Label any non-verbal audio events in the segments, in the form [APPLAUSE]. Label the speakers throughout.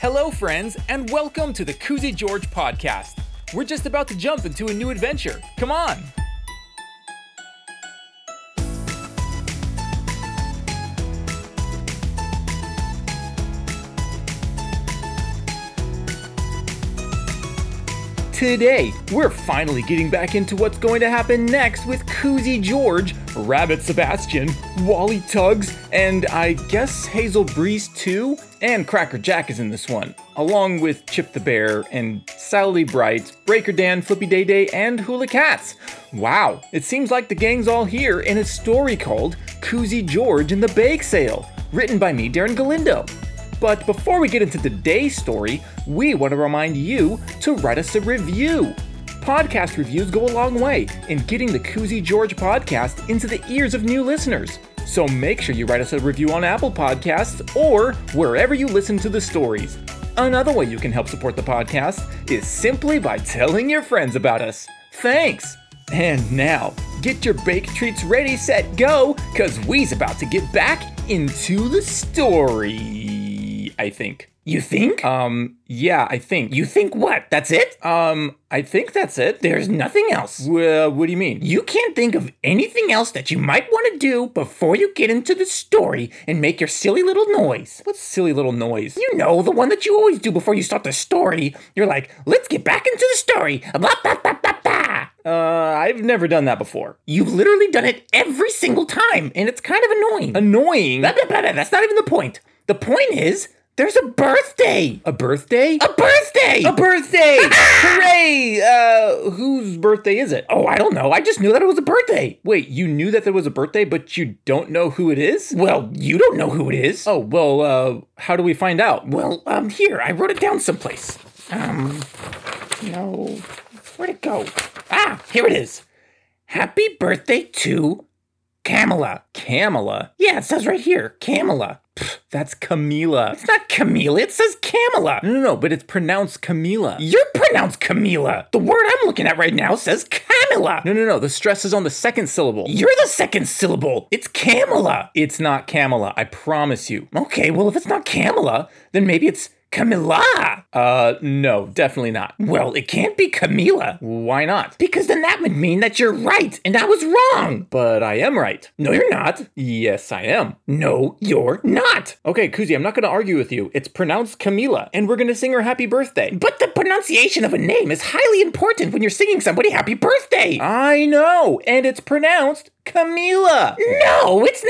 Speaker 1: Hello, friends, and welcome to the Koozie George podcast. We're just about to jump into a new adventure. Come on! Today, we're finally getting back into what's going to happen next with Koozie George, Rabbit Sebastian, Wally Tugs, and I guess Hazel Breeze too, and Cracker Jack is in this one, along with Chip the Bear and Sally Bright, Breaker Dan, Flippy Day Day, and Hula Cats. Wow, it seems like the gang's all here in a story called Koozie George and the Bake Sale, written by me, Darren Galindo. But before we get into today's story, we want to remind you to write us a review. Podcast reviews go a long way in getting the Koozie George podcast into the ears of new listeners. So make sure you write us a review on Apple Podcasts or wherever you listen to the stories. Another way you can help support the podcast is simply by telling your friends about us. Thanks! And now, get your baked treats ready, set, go, because we's about to get back into the story. I think.
Speaker 2: You think?
Speaker 1: Um, yeah, I think.
Speaker 2: you think what? That's it?
Speaker 1: um, I think that's it.
Speaker 2: There's nothing else.
Speaker 1: Well, what do you mean?
Speaker 2: You can't think of anything else that you might want to do before you get into the story and make your silly little noise.
Speaker 1: What silly little noise?
Speaker 2: You know, the one that you always do before you start the story. You're like, let's get back into the story. Blah, blah, blah, blah, blah.
Speaker 1: Uh, I've never done that before.
Speaker 2: You've literally done it every single time, and it's kind of annoying.
Speaker 1: Annoying.
Speaker 2: Blah, blah, blah, blah. That's not even the point. The point is, there's a birthday.
Speaker 1: a birthday?
Speaker 2: A birthday!
Speaker 1: A birthday! [LAUGHS] Hooray! Uh, whose birthday is it?
Speaker 2: oh, I don't know. I just knew that it was a birthday.
Speaker 1: Wait, you knew that there was a birthday, but you don't know who it is?
Speaker 2: Well, you don't know who it is.
Speaker 1: Oh, well, uh, how do we find out?
Speaker 2: Well, um, here, I wrote it down someplace. Um, no. Where'd it go? Ah, here it is. Happy birthday to Camilla.
Speaker 1: Camilla?
Speaker 2: Yeah, it says right here, Camilla. Pfft,
Speaker 1: That's Camila.
Speaker 2: It's not Camilla, it says Camilla.
Speaker 1: No, no, no, but it's pronounced Camila.
Speaker 2: You're pronounced Camilla. The word I'm looking at right now says Camilla.
Speaker 1: No, no, no, the stress is on the second syllable.
Speaker 2: You're the second syllable. It's Camilla.
Speaker 1: It's not Camila, I promise you.
Speaker 2: Okay, well, if it's not Camilla, then maybe it's Camilla.
Speaker 1: Uh, no, definitely not.
Speaker 2: Well, it can't be Camilla.
Speaker 1: Why not?
Speaker 2: Because then that would mean that you're right and I was wrong.
Speaker 1: But I am right.
Speaker 2: No, you're not.
Speaker 1: Yes, I am.
Speaker 2: No, you're not.
Speaker 1: Okay, Kuzi, I'm not going to argue with you. It's pronounced Camila, and we're going to sing her happy birthday.
Speaker 2: But the pronunciation of a name is highly important when you're singing somebody happy birthday.
Speaker 1: I know, and it's pronounced Camila.
Speaker 2: no, it's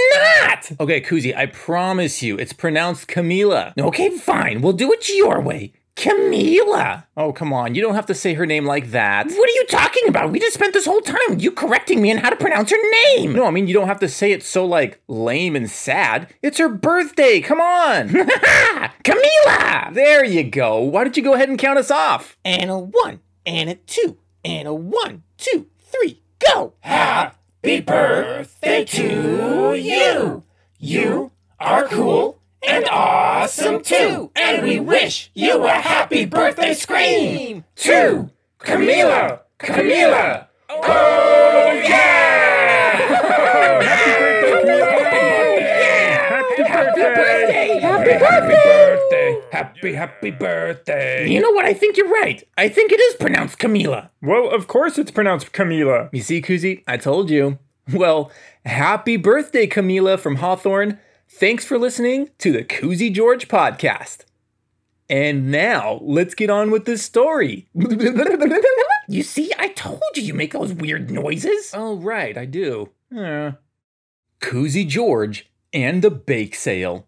Speaker 2: not.
Speaker 1: Okay, Kuzi, I promise you, it's pronounced Camila.
Speaker 2: Okay, fine. We'll do it your way. Camilla.
Speaker 1: Oh, come on. You don't have to say her name like that.
Speaker 2: What are you talking about? We just spent this whole time you correcting me on how to pronounce her name.
Speaker 1: No, I mean, you don't have to say it so, like, lame and sad. It's her birthday. Come
Speaker 2: [LAUGHS]
Speaker 1: on. [LAUGHS]
Speaker 2: Camilla.
Speaker 1: there you go. Why don't you go ahead and count us off?
Speaker 2: and a one, and a two, and a one, two, three, go! Happy birthday to you! You are cool and awesome too! And we wish you a happy birthday scream! To Camila! Camila! Oh yeah!
Speaker 1: Happy
Speaker 2: Happy birthday! Happy
Speaker 1: birthday! Happy, happy birthday!
Speaker 2: You know what? I think you're right. I think it is pronounced Camila.
Speaker 3: Well, of course it's pronounced Camila.
Speaker 1: You see, Kuzi, I told you. [LAUGHS] Well, happy birthday, Camila from Hawthorne. Thanks for listening to the Kuzi George podcast. And now let's get on with this story. [LAUGHS]
Speaker 2: You see, I told you you make those weird noises.
Speaker 1: All Oh, right, I do. Yeah. Koozie George and the Bake Sale.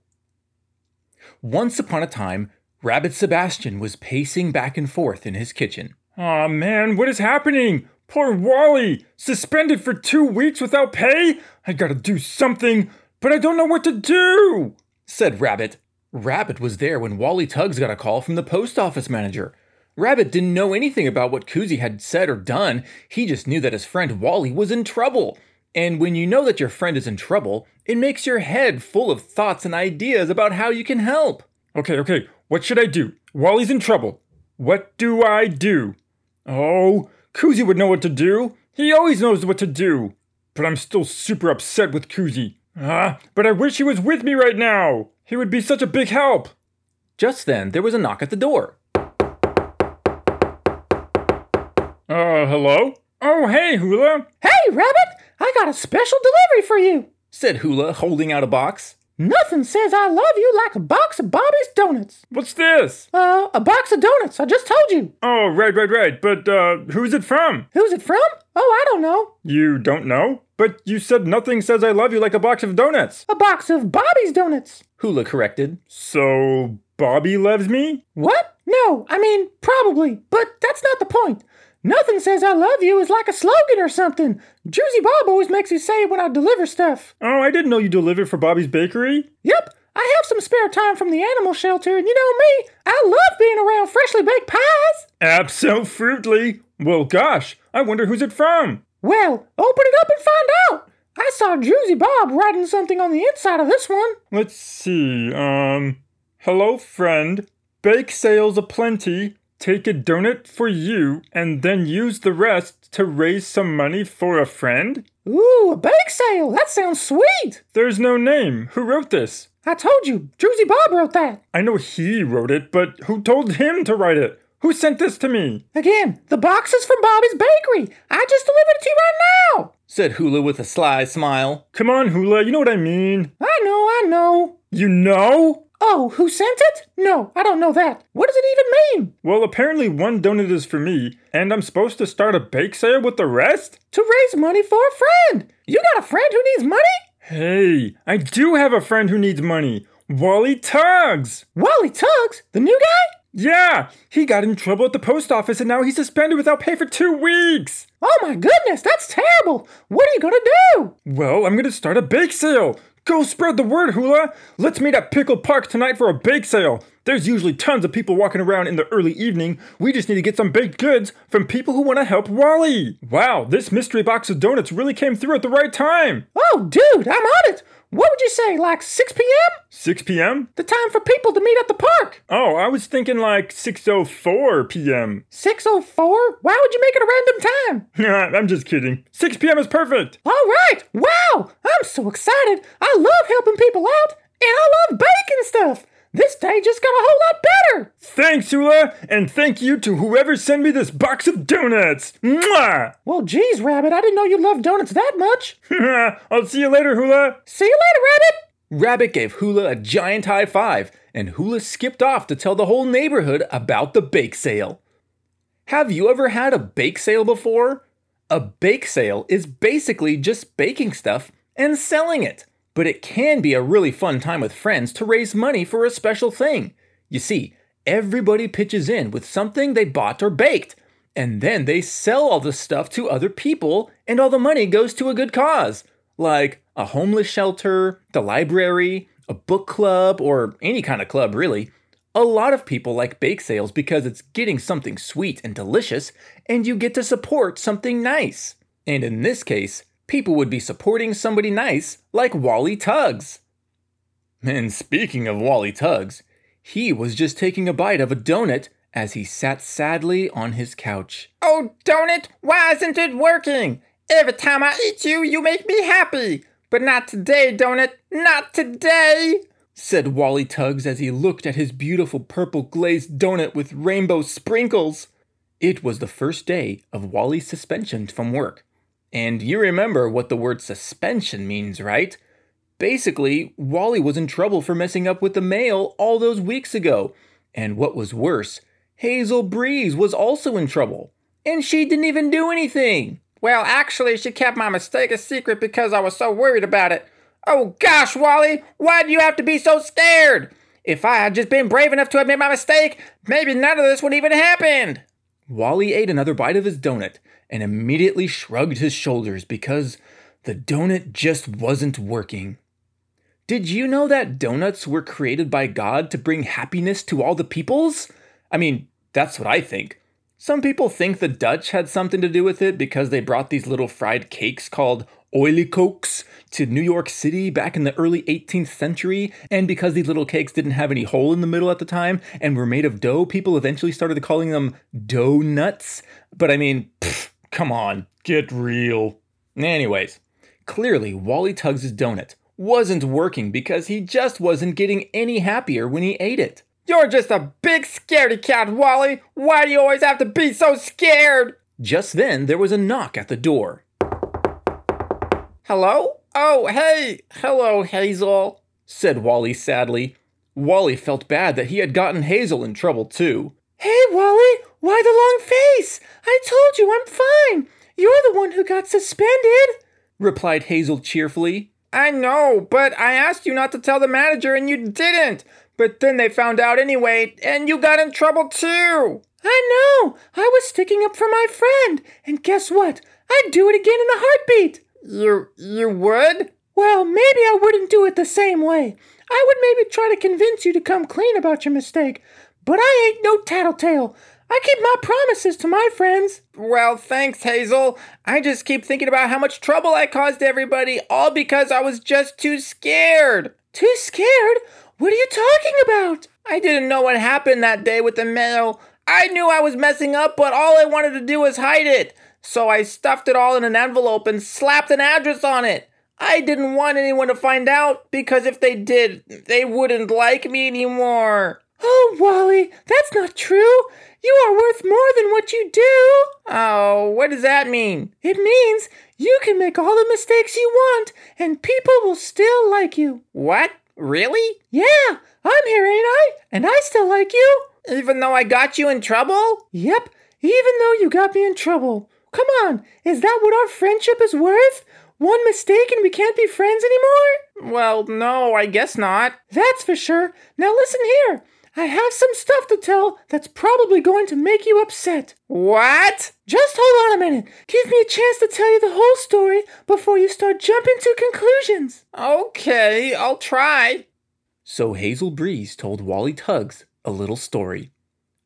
Speaker 1: Once upon a time, Rabbit Sebastian was pacing back and forth in his kitchen.
Speaker 3: Aw man, what is happening? Poor Wally! Suspended for two weeks without pay? I gotta do something, but I don't know what to do!
Speaker 1: said Rabbit. Rabbit was there when Wally Tugs got a call from the post office manager. Rabbit didn't know anything about what Koozie had said or done. He just knew that his friend Wally was in trouble. And when you know that your friend is in trouble, it makes your head full of thoughts and ideas about how you can help.
Speaker 3: Okay, okay, what should I do? Wally's in trouble. What do I do? Oh, Koozie would know what to do. He always knows what to do. But I'm still super upset with Koozie. Ah, but I wish he was with me right now. He would be such a big help.
Speaker 1: Just then, there was a knock at the door.
Speaker 3: Uh, hello? Oh, hey, Hula.
Speaker 2: Hey, Rabbit, I got a special delivery for you.
Speaker 1: Said Hula, holding out a box.
Speaker 2: Nothing says I love you like a box of Bobby's donuts.
Speaker 3: What's this?
Speaker 2: Uh, a box of donuts, I just told you.
Speaker 3: Oh, right, right, right. But, uh, who's it from?
Speaker 2: Who's it from? Oh, I don't know.
Speaker 3: You don't know? But you said nothing says I love you like a box of donuts.
Speaker 2: A box of Bobby's donuts.
Speaker 1: Hula corrected.
Speaker 3: So, Bobby loves me?
Speaker 2: What? No, I mean, probably, but that's not the point. Nothing says I love you is like a slogan or something. Juicy Bob always makes you say it when I deliver stuff.
Speaker 3: Oh, I didn't know you delivered for Bobby's Bakery.
Speaker 2: Yep, I have some spare time from the animal shelter, and you know me, I love being around freshly baked pies.
Speaker 3: Absolutely. Well, gosh, I wonder who's it from.
Speaker 2: Well, open it up and find out. I saw Juicy Bob writing something on the inside of this one.
Speaker 3: Let's see. Um, hello, friend. Bake sales aplenty. Take a donut for you and then use the rest to raise some money for a friend?
Speaker 2: Ooh, a bake sale. That sounds sweet.
Speaker 3: There's no name. Who wrote this?
Speaker 2: I told you, Juicy Bob wrote that.
Speaker 3: I know he wrote it, but who told him to write it? Who sent this to me?
Speaker 2: Again, the box is from Bobby's Bakery. I just delivered it to you right now.
Speaker 1: Said Hula with a sly smile.
Speaker 3: Come on, Hula, you know what I mean.
Speaker 2: I know, I know.
Speaker 3: You know?
Speaker 2: Oh, who sent it? No, I don't know that. What does it even mean?
Speaker 3: Well, apparently one donut is for me, and I'm supposed to start a bake sale with the rest?
Speaker 2: To raise money for a friend. You got a friend who needs money?
Speaker 3: Hey, I do have a friend who needs money Wally Tuggs!
Speaker 2: Wally Tuggs, the new guy?
Speaker 3: Yeah, he got in trouble at the post office and now he's suspended without pay for two weeks!
Speaker 2: Oh my goodness, that's terrible. What are you gonna do?
Speaker 3: Well, I'm gonna start a bake sale! Go spread the word, Hula! Let's meet at Pickle Park tonight for a bake sale! There's usually tons of people walking around in the early evening. We just need to get some baked goods from people who want to help Wally! Wow, this mystery box of donuts really came through at the right time!
Speaker 2: Oh, dude, I'm on it. What would you say, like 6 p.m.?
Speaker 3: 6 p.m.?
Speaker 2: The time for people to meet at the park.
Speaker 3: Oh, I was thinking like 6.04 p.m.
Speaker 2: 604? Why would you make it a random time?
Speaker 3: Nah, I'm just kidding. 6 p.m. is perfect!
Speaker 2: All right. Wow. I'm so excited. I love helping people out, and I love baking stuff. This day just got a whole lot better.
Speaker 3: Thanks, Hula! And thank you to whoever sent me this box of donuts! Mwah!
Speaker 2: Well, geez, Rabbit, I didn't know you loved donuts that much.
Speaker 3: I'll see you later, Hula!
Speaker 2: See you later, Rabbit.
Speaker 1: Rabbit gave Hula a giant high five, and Hula skipped off to tell the whole neighborhood about the bake sale. Have you ever had a bake sale before? A bake sale is basically just baking stuff and selling it, but it can be a really fun time with friends to raise money for a special thing. You see, everybody pitches in with something they bought or baked, and then they sell all the stuff to other people, and all the money goes to a good cause like a homeless shelter, the library, a book club, or any kind of club really. A lot of people like bake sales because it's getting something sweet and delicious, and you get to support something nice. And in this case, people would be supporting somebody nice like Wally Tuggs. And speaking of Wally Tuggs, he was just taking a bite of a donut as he sat sadly on his couch.
Speaker 4: Oh, donut, why isn't it working? Every time I eat you, you make me happy. But not today, donut. Not today.
Speaker 1: said Wally Tuggs as he looked at his beautiful purple glazed donut with rainbow sprinkles. It was the first day of Wally's suspension from work. And you remember what the word suspension means, right? Basically, Wally was in trouble for messing up with the mail all those weeks ago. And what was worse, Hazel Breeze was also in trouble. And she didn't even do anything.
Speaker 4: Well, actually, she kept my mistake a secret because I was so worried about it. Oh gosh, Wally, why do you have to be so scared? If I had just been brave enough to admit my mistake, maybe none of this would even happen.
Speaker 1: Wally ate another bite of his donut and immediately shrugged his shoulders because the donut just wasn't working. Did you know that donuts were created by God to bring happiness to all the peoples? I mean, that's what I think. Some people think the Dutch had something to do with it because they brought these little fried cakes called oiliekoeks to New York City back in the early 18th century, and because these little cakes didn't have any hole in the middle at the time and were made of dough, people eventually started calling them dough nuts. But I mean, pfft, come on, get real. Anyways, clearly Wally Tuggs' donut wasn't working because he just wasn't getting any happier when he ate it.
Speaker 3: You're just a big scaredy cat, Wally. Why do you always have to be so scared?
Speaker 1: Just then, there was a knock at the door.
Speaker 3: Hello? Oh, hey. Hello, Hazel.
Speaker 1: Said Wally sadly. Wally felt bad that he had gotten Hazel in trouble, too.
Speaker 5: Hey, Wally, why the long face? I told you I'm fine. You're the one who got suspended.
Speaker 1: Replied Hazel cheerfully.
Speaker 3: I know, but I asked you not to tell the manager and you didn't. But then they found out anyway, and you got in trouble too.
Speaker 5: I know. I was sticking up for my friend. And guess what? I'd do it again in a heartbeat.
Speaker 3: You you would?
Speaker 5: Well, maybe I wouldn't do it the same way. I would maybe try to convince you to come clean about your mistake. But I ain't no tattletale. I keep my promises to my friends.
Speaker 3: Well, thanks, Hazel. I just keep thinking about how much trouble I caused everybody, all because I was just too scared.
Speaker 5: Too scared? What are you talking about?
Speaker 3: I didn't know what happened that day with the mail. I knew I was messing up, but all I wanted to do was hide it. So I stuffed it all in an envelope and slapped an address on it. I didn't want anyone to find out because if they did, they wouldn't like me anymore.
Speaker 5: Oh, Wally, that's not true. You are worth more than what you do.
Speaker 3: Oh, what does that mean?
Speaker 5: It means you can make all the mistakes you want and people will still like you.
Speaker 3: What? Really?
Speaker 5: Yeah, I'm here, ain't I? And I still like you.
Speaker 3: Even though I got you in trouble?
Speaker 5: Yep, even though you got me in trouble. Come on, is that what our friendship is worth? One mistake and we can't be friends anymore?
Speaker 3: Well, no, I guess not.
Speaker 5: That's for sure. Now listen here. I have some stuff to tell that's probably going to make you upset.
Speaker 3: What?
Speaker 5: Just hold on a minute. Give me a chance to tell you the whole story before you start jumping to conclusions.
Speaker 3: Okay, I'll try.
Speaker 1: So Hazel Breeze told Wally Tuggs a little story.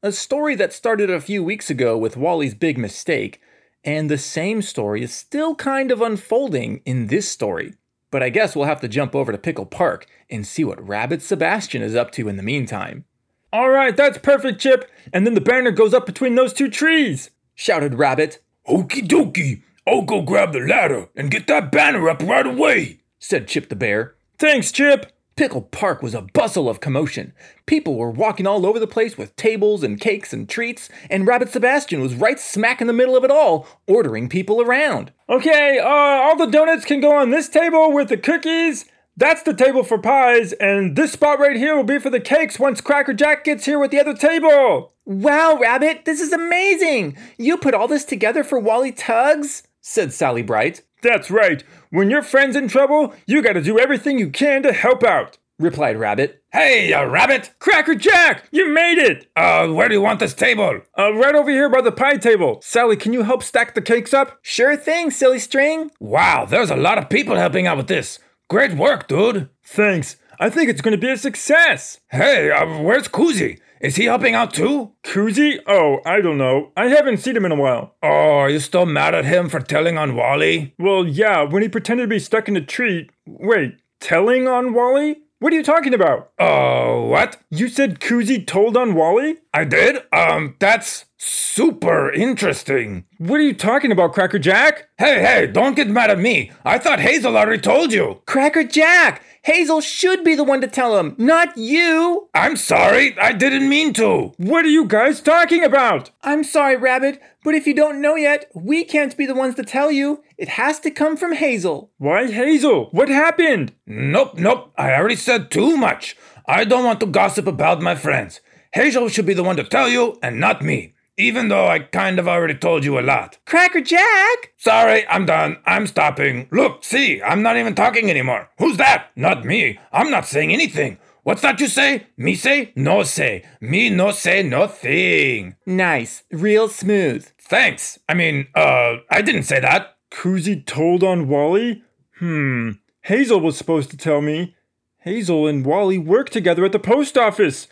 Speaker 1: A story that started a few weeks ago with Wally's big mistake, and the same story is still kind of unfolding in this story. But I guess we'll have to jump over to Pickle Park and see what Rabbit Sebastian is up to in the meantime.
Speaker 3: All right, that's perfect, Chip. And then the banner goes up between those two trees, shouted Rabbit.
Speaker 2: Okie dokie, I'll go grab the ladder and get that banner up right away,
Speaker 1: said Chip the Bear.
Speaker 3: Thanks, Chip.
Speaker 1: Pickle Park was a bustle of commotion. People were walking all over the place with tables and cakes and treats, and Rabbit Sebastian was right smack in the middle of it all, ordering people around.
Speaker 3: Okay, uh, all the donuts can go on this table with the cookies. That's the table for pies, and this spot right here will be for the cakes once Cracker Jack gets here with the other table.
Speaker 1: Wow, Rabbit, this is amazing! You put all this together for Wally Tugs? said Sally Bright.
Speaker 3: That's right. When your friend's in trouble, you gotta do everything you can to help out,
Speaker 1: replied Rabbit.
Speaker 2: Hey,
Speaker 3: uh,
Speaker 2: you rabbit!
Speaker 3: Cracker Jack, you made it!
Speaker 2: Uh, where do you want this table?
Speaker 3: Uh, right over here by the pie table. Sally, can you help stack the cakes up?
Speaker 1: Sure thing, silly string.
Speaker 2: Wow, there's a lot of people helping out with this. Great work, dude.
Speaker 3: Thanks. I think it's gonna be a success.
Speaker 2: Hey, uh, where's Koozie? Is he helping out too?
Speaker 3: Koozie? Oh, I don't know. I haven't seen him in a while. um,
Speaker 2: Oh, are you still mad at him for telling on Wally?
Speaker 3: Well, yeah, when he pretended to be stuck in a tree. Wait, telling on Wally? What are you talking about?
Speaker 2: Oh, what?
Speaker 3: You said Koozie told on Wally?
Speaker 2: I did? Um, that's super interesting.
Speaker 3: What are you talking about, Cracker Jack?
Speaker 2: Hey, hey, don't get mad at me. I thought Hazel already told you.
Speaker 1: Cracker Jack! Hazel should be the one to tell him, not you!
Speaker 2: I'm sorry, I didn't mean to.
Speaker 3: What are you guys talking about?
Speaker 1: I'm sorry, Rabbit, but if you don't know yet, we can't be the ones to tell you. It has to come from Hazel.
Speaker 3: Why Hazel? What happened?
Speaker 2: Nope, nope, I already said too much. I don't want to gossip about my friends. Hazel should be the one to tell you, and not me. Even though I kind of already told you a lot.
Speaker 1: Cracker Jack!
Speaker 2: Sorry, I'm done. I'm stopping. Look, see, I'm not even talking anymore. Who's that? Not me. I'm not saying anything. What's that you say? Me say? No say. Me no say nothing.
Speaker 1: Nice. Real smooth.
Speaker 2: Thanks. I mean, uh, I didn't say that.
Speaker 3: Koozie told on Wally? Hmm. Hazel was supposed to tell me. Hazel and Wally worked together at the post office.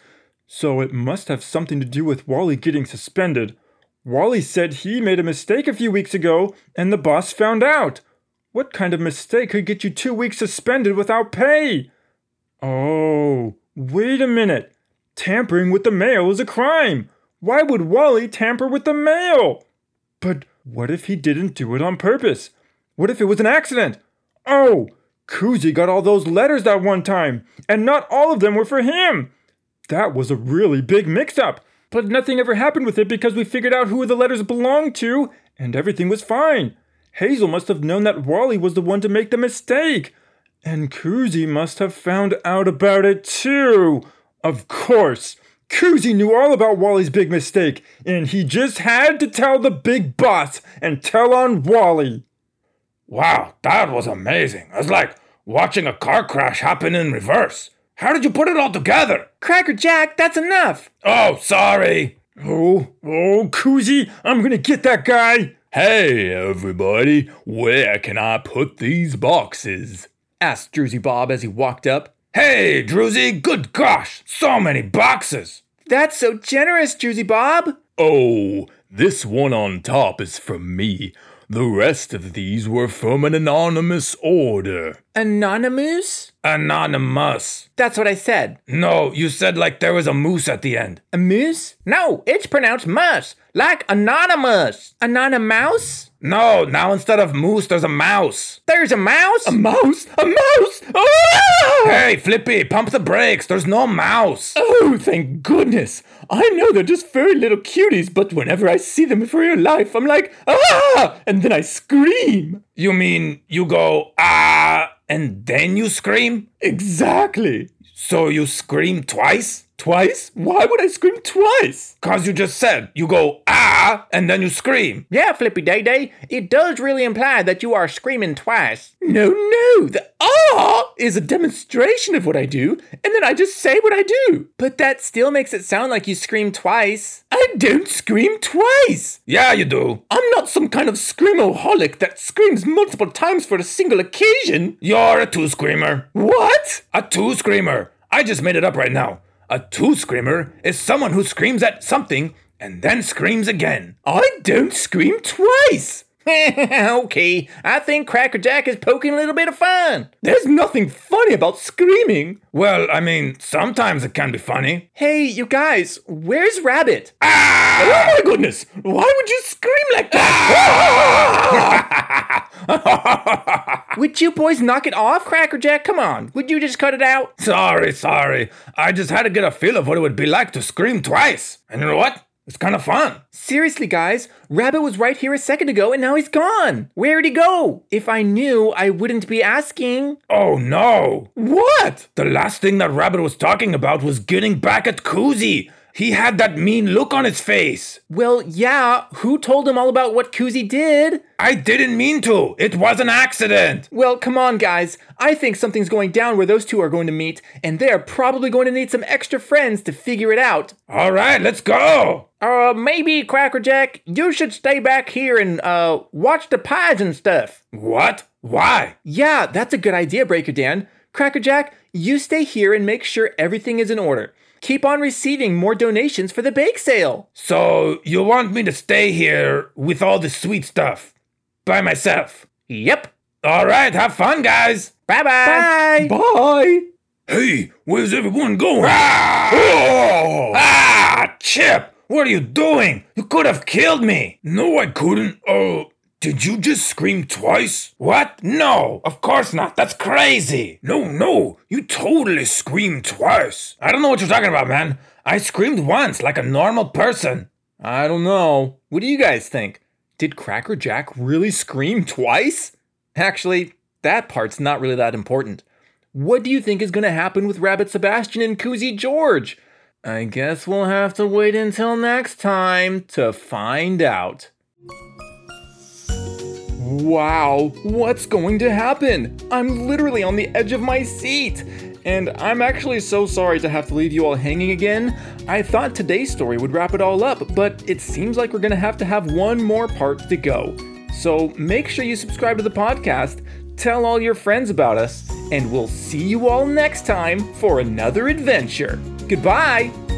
Speaker 3: So it must have something to do with Wally getting suspended. Wally said he made a mistake a few weeks ago, and the boss found out. What kind of mistake could get you two weeks suspended without pay? Oh, wait a minute. Tampering with the mail is a crime. Why would Wally tamper with the mail? But what if he didn't do it on purpose? What if it was an accident? Oh, Koozie got all those letters that one time, and not all of them were for him. That was a really big mix up. But nothing ever happened with it because we figured out who the letters belonged to, and everything was fine. Hazel must have known that Wally was the one to make the mistake. And Koozie must have found out about it too. Of course. Koozie knew all about Wally's big mistake, and he just had to tell the big boss and tell on Wally.
Speaker 2: Wow, that was amazing. It's like watching a car crash happen in reverse. How did you put it all together?
Speaker 1: Cracker Jack, that's enough.
Speaker 2: Oh, sorry.
Speaker 3: Oh, oh, Koozie, I'm gonna get that guy.
Speaker 2: Hey, everybody, where can I put these boxes?
Speaker 1: asked Druzy Bob as he walked up.
Speaker 2: Hey, Druzy, good gosh, so many boxes.
Speaker 1: That's so generous, Druzy Bob.
Speaker 2: Oh, this one on top is from me. The rest of these were from an anonymous order.
Speaker 1: Anonymous?
Speaker 2: Anonymous.
Speaker 1: That's what I said.
Speaker 2: No, you said like there was a moose at the end.
Speaker 1: A moose? No, it's pronounced mus, like anonymous. Anonymous?
Speaker 2: No, now instead of moose, there's a mouse.
Speaker 1: There's a mouse?
Speaker 2: A mouse? A mouse? Oh!
Speaker 3: Ah!
Speaker 2: Hey, Flippy, pump the brakes. There's no mouse.
Speaker 6: Oh, thank goodness. I know they're just furry little cuties, but whenever I see them for real life, I'm like, ah! And then I scream.
Speaker 2: You mean you go, ah, and then you scream?
Speaker 6: Exactly.
Speaker 2: So you scream twice?
Speaker 6: Twice? Why would I scream twice?
Speaker 2: Cause you just said you go ah and then you scream.
Speaker 1: yeah, Flippy Day Day, it does really imply that you are screaming twice.
Speaker 6: No, no, the ah is a demonstration of what I do, and then I just say what I do.
Speaker 1: But that still makes it sound like you scream twice.
Speaker 6: I don't scream twice.
Speaker 2: Yeah, you do.
Speaker 6: I'm not some kind of screamoholic that screams multiple times for a single occasion.
Speaker 2: You're a two screamer.
Speaker 6: What?
Speaker 2: A two screamer. I just made it up right now. A two screamer is someone who screams at something and then screams again. Uh,
Speaker 6: I don't scream twice.
Speaker 1: [LAUGHS] okay, I think Cracker Jack is poking a little bit of fun.
Speaker 6: There's nothing funny about screaming.
Speaker 2: Well, I mean, sometimes it can be funny.
Speaker 1: Hey, you guys, where's Rabbit? Ah,
Speaker 6: Oh my goodness, why would you scream like that?
Speaker 1: Would you boys knock it off, Cracker Jack? Come on, would you just cut it out?
Speaker 2: [LAUGHS] Sorry, sorry. I just had to get a feel of what it would be like to scream twice. And you know what? It's kind of fun.
Speaker 1: Seriously, guys, Rabbit was right here a second ago and now he's gone. Where'd he go? If I knew, I wouldn't be asking.
Speaker 2: Oh no.
Speaker 6: What?
Speaker 2: The last thing that Rabbit was talking about was getting back at Koozie. He had that mean look on his face.
Speaker 1: Well, yeah, who told him all about what Koozie did?
Speaker 2: I didn't mean to. It was an accident.
Speaker 1: Well, come on, guys. I think something's going down where those two are going to meet, and they're probably going to need some extra friends to figure it out.
Speaker 2: All right, let's go.
Speaker 1: Uh, maybe, Crackerjack, you should stay back here and, uh, watch the pies and stuff.
Speaker 2: What? Why?
Speaker 1: Yeah, that's a good idea, Breaker Dan. Crackerjack, you stay here and make sure everything is in order. Keep on receiving more donations for the bake sale.
Speaker 2: So, you want me to stay here with all the sweet stuff by myself?
Speaker 1: Yep.
Speaker 2: All right, have fun, guys.
Speaker 1: Bye-bye. Bye.
Speaker 6: Bye.
Speaker 2: Hey, where's everyone going? Ah! ah, Chip, what are you doing? You could have killed me. No, I couldn't. Oh, did you just scream twice? What? No, of course not. That's crazy. No, no, you totally screamed twice. I don't know what you're talking about, man. I screamed once like a normal person.
Speaker 1: I don't know. What do you guys think? Did Cracker Jack really scream twice? Actually, that part's not really that important. What do you think is going to happen with Rabbit Sebastian and Koozie George? I guess we'll have to wait until next time to find out. Wow, what's going to happen? I'm literally on the edge of my seat! And I'm actually so sorry to have to leave you all hanging again. I thought today's story would wrap it all up, but it seems like we're gonna have to have one more part to go. So make sure you subscribe to the podcast, tell all your friends about us, and we'll see you all next time for another adventure. Goodbye!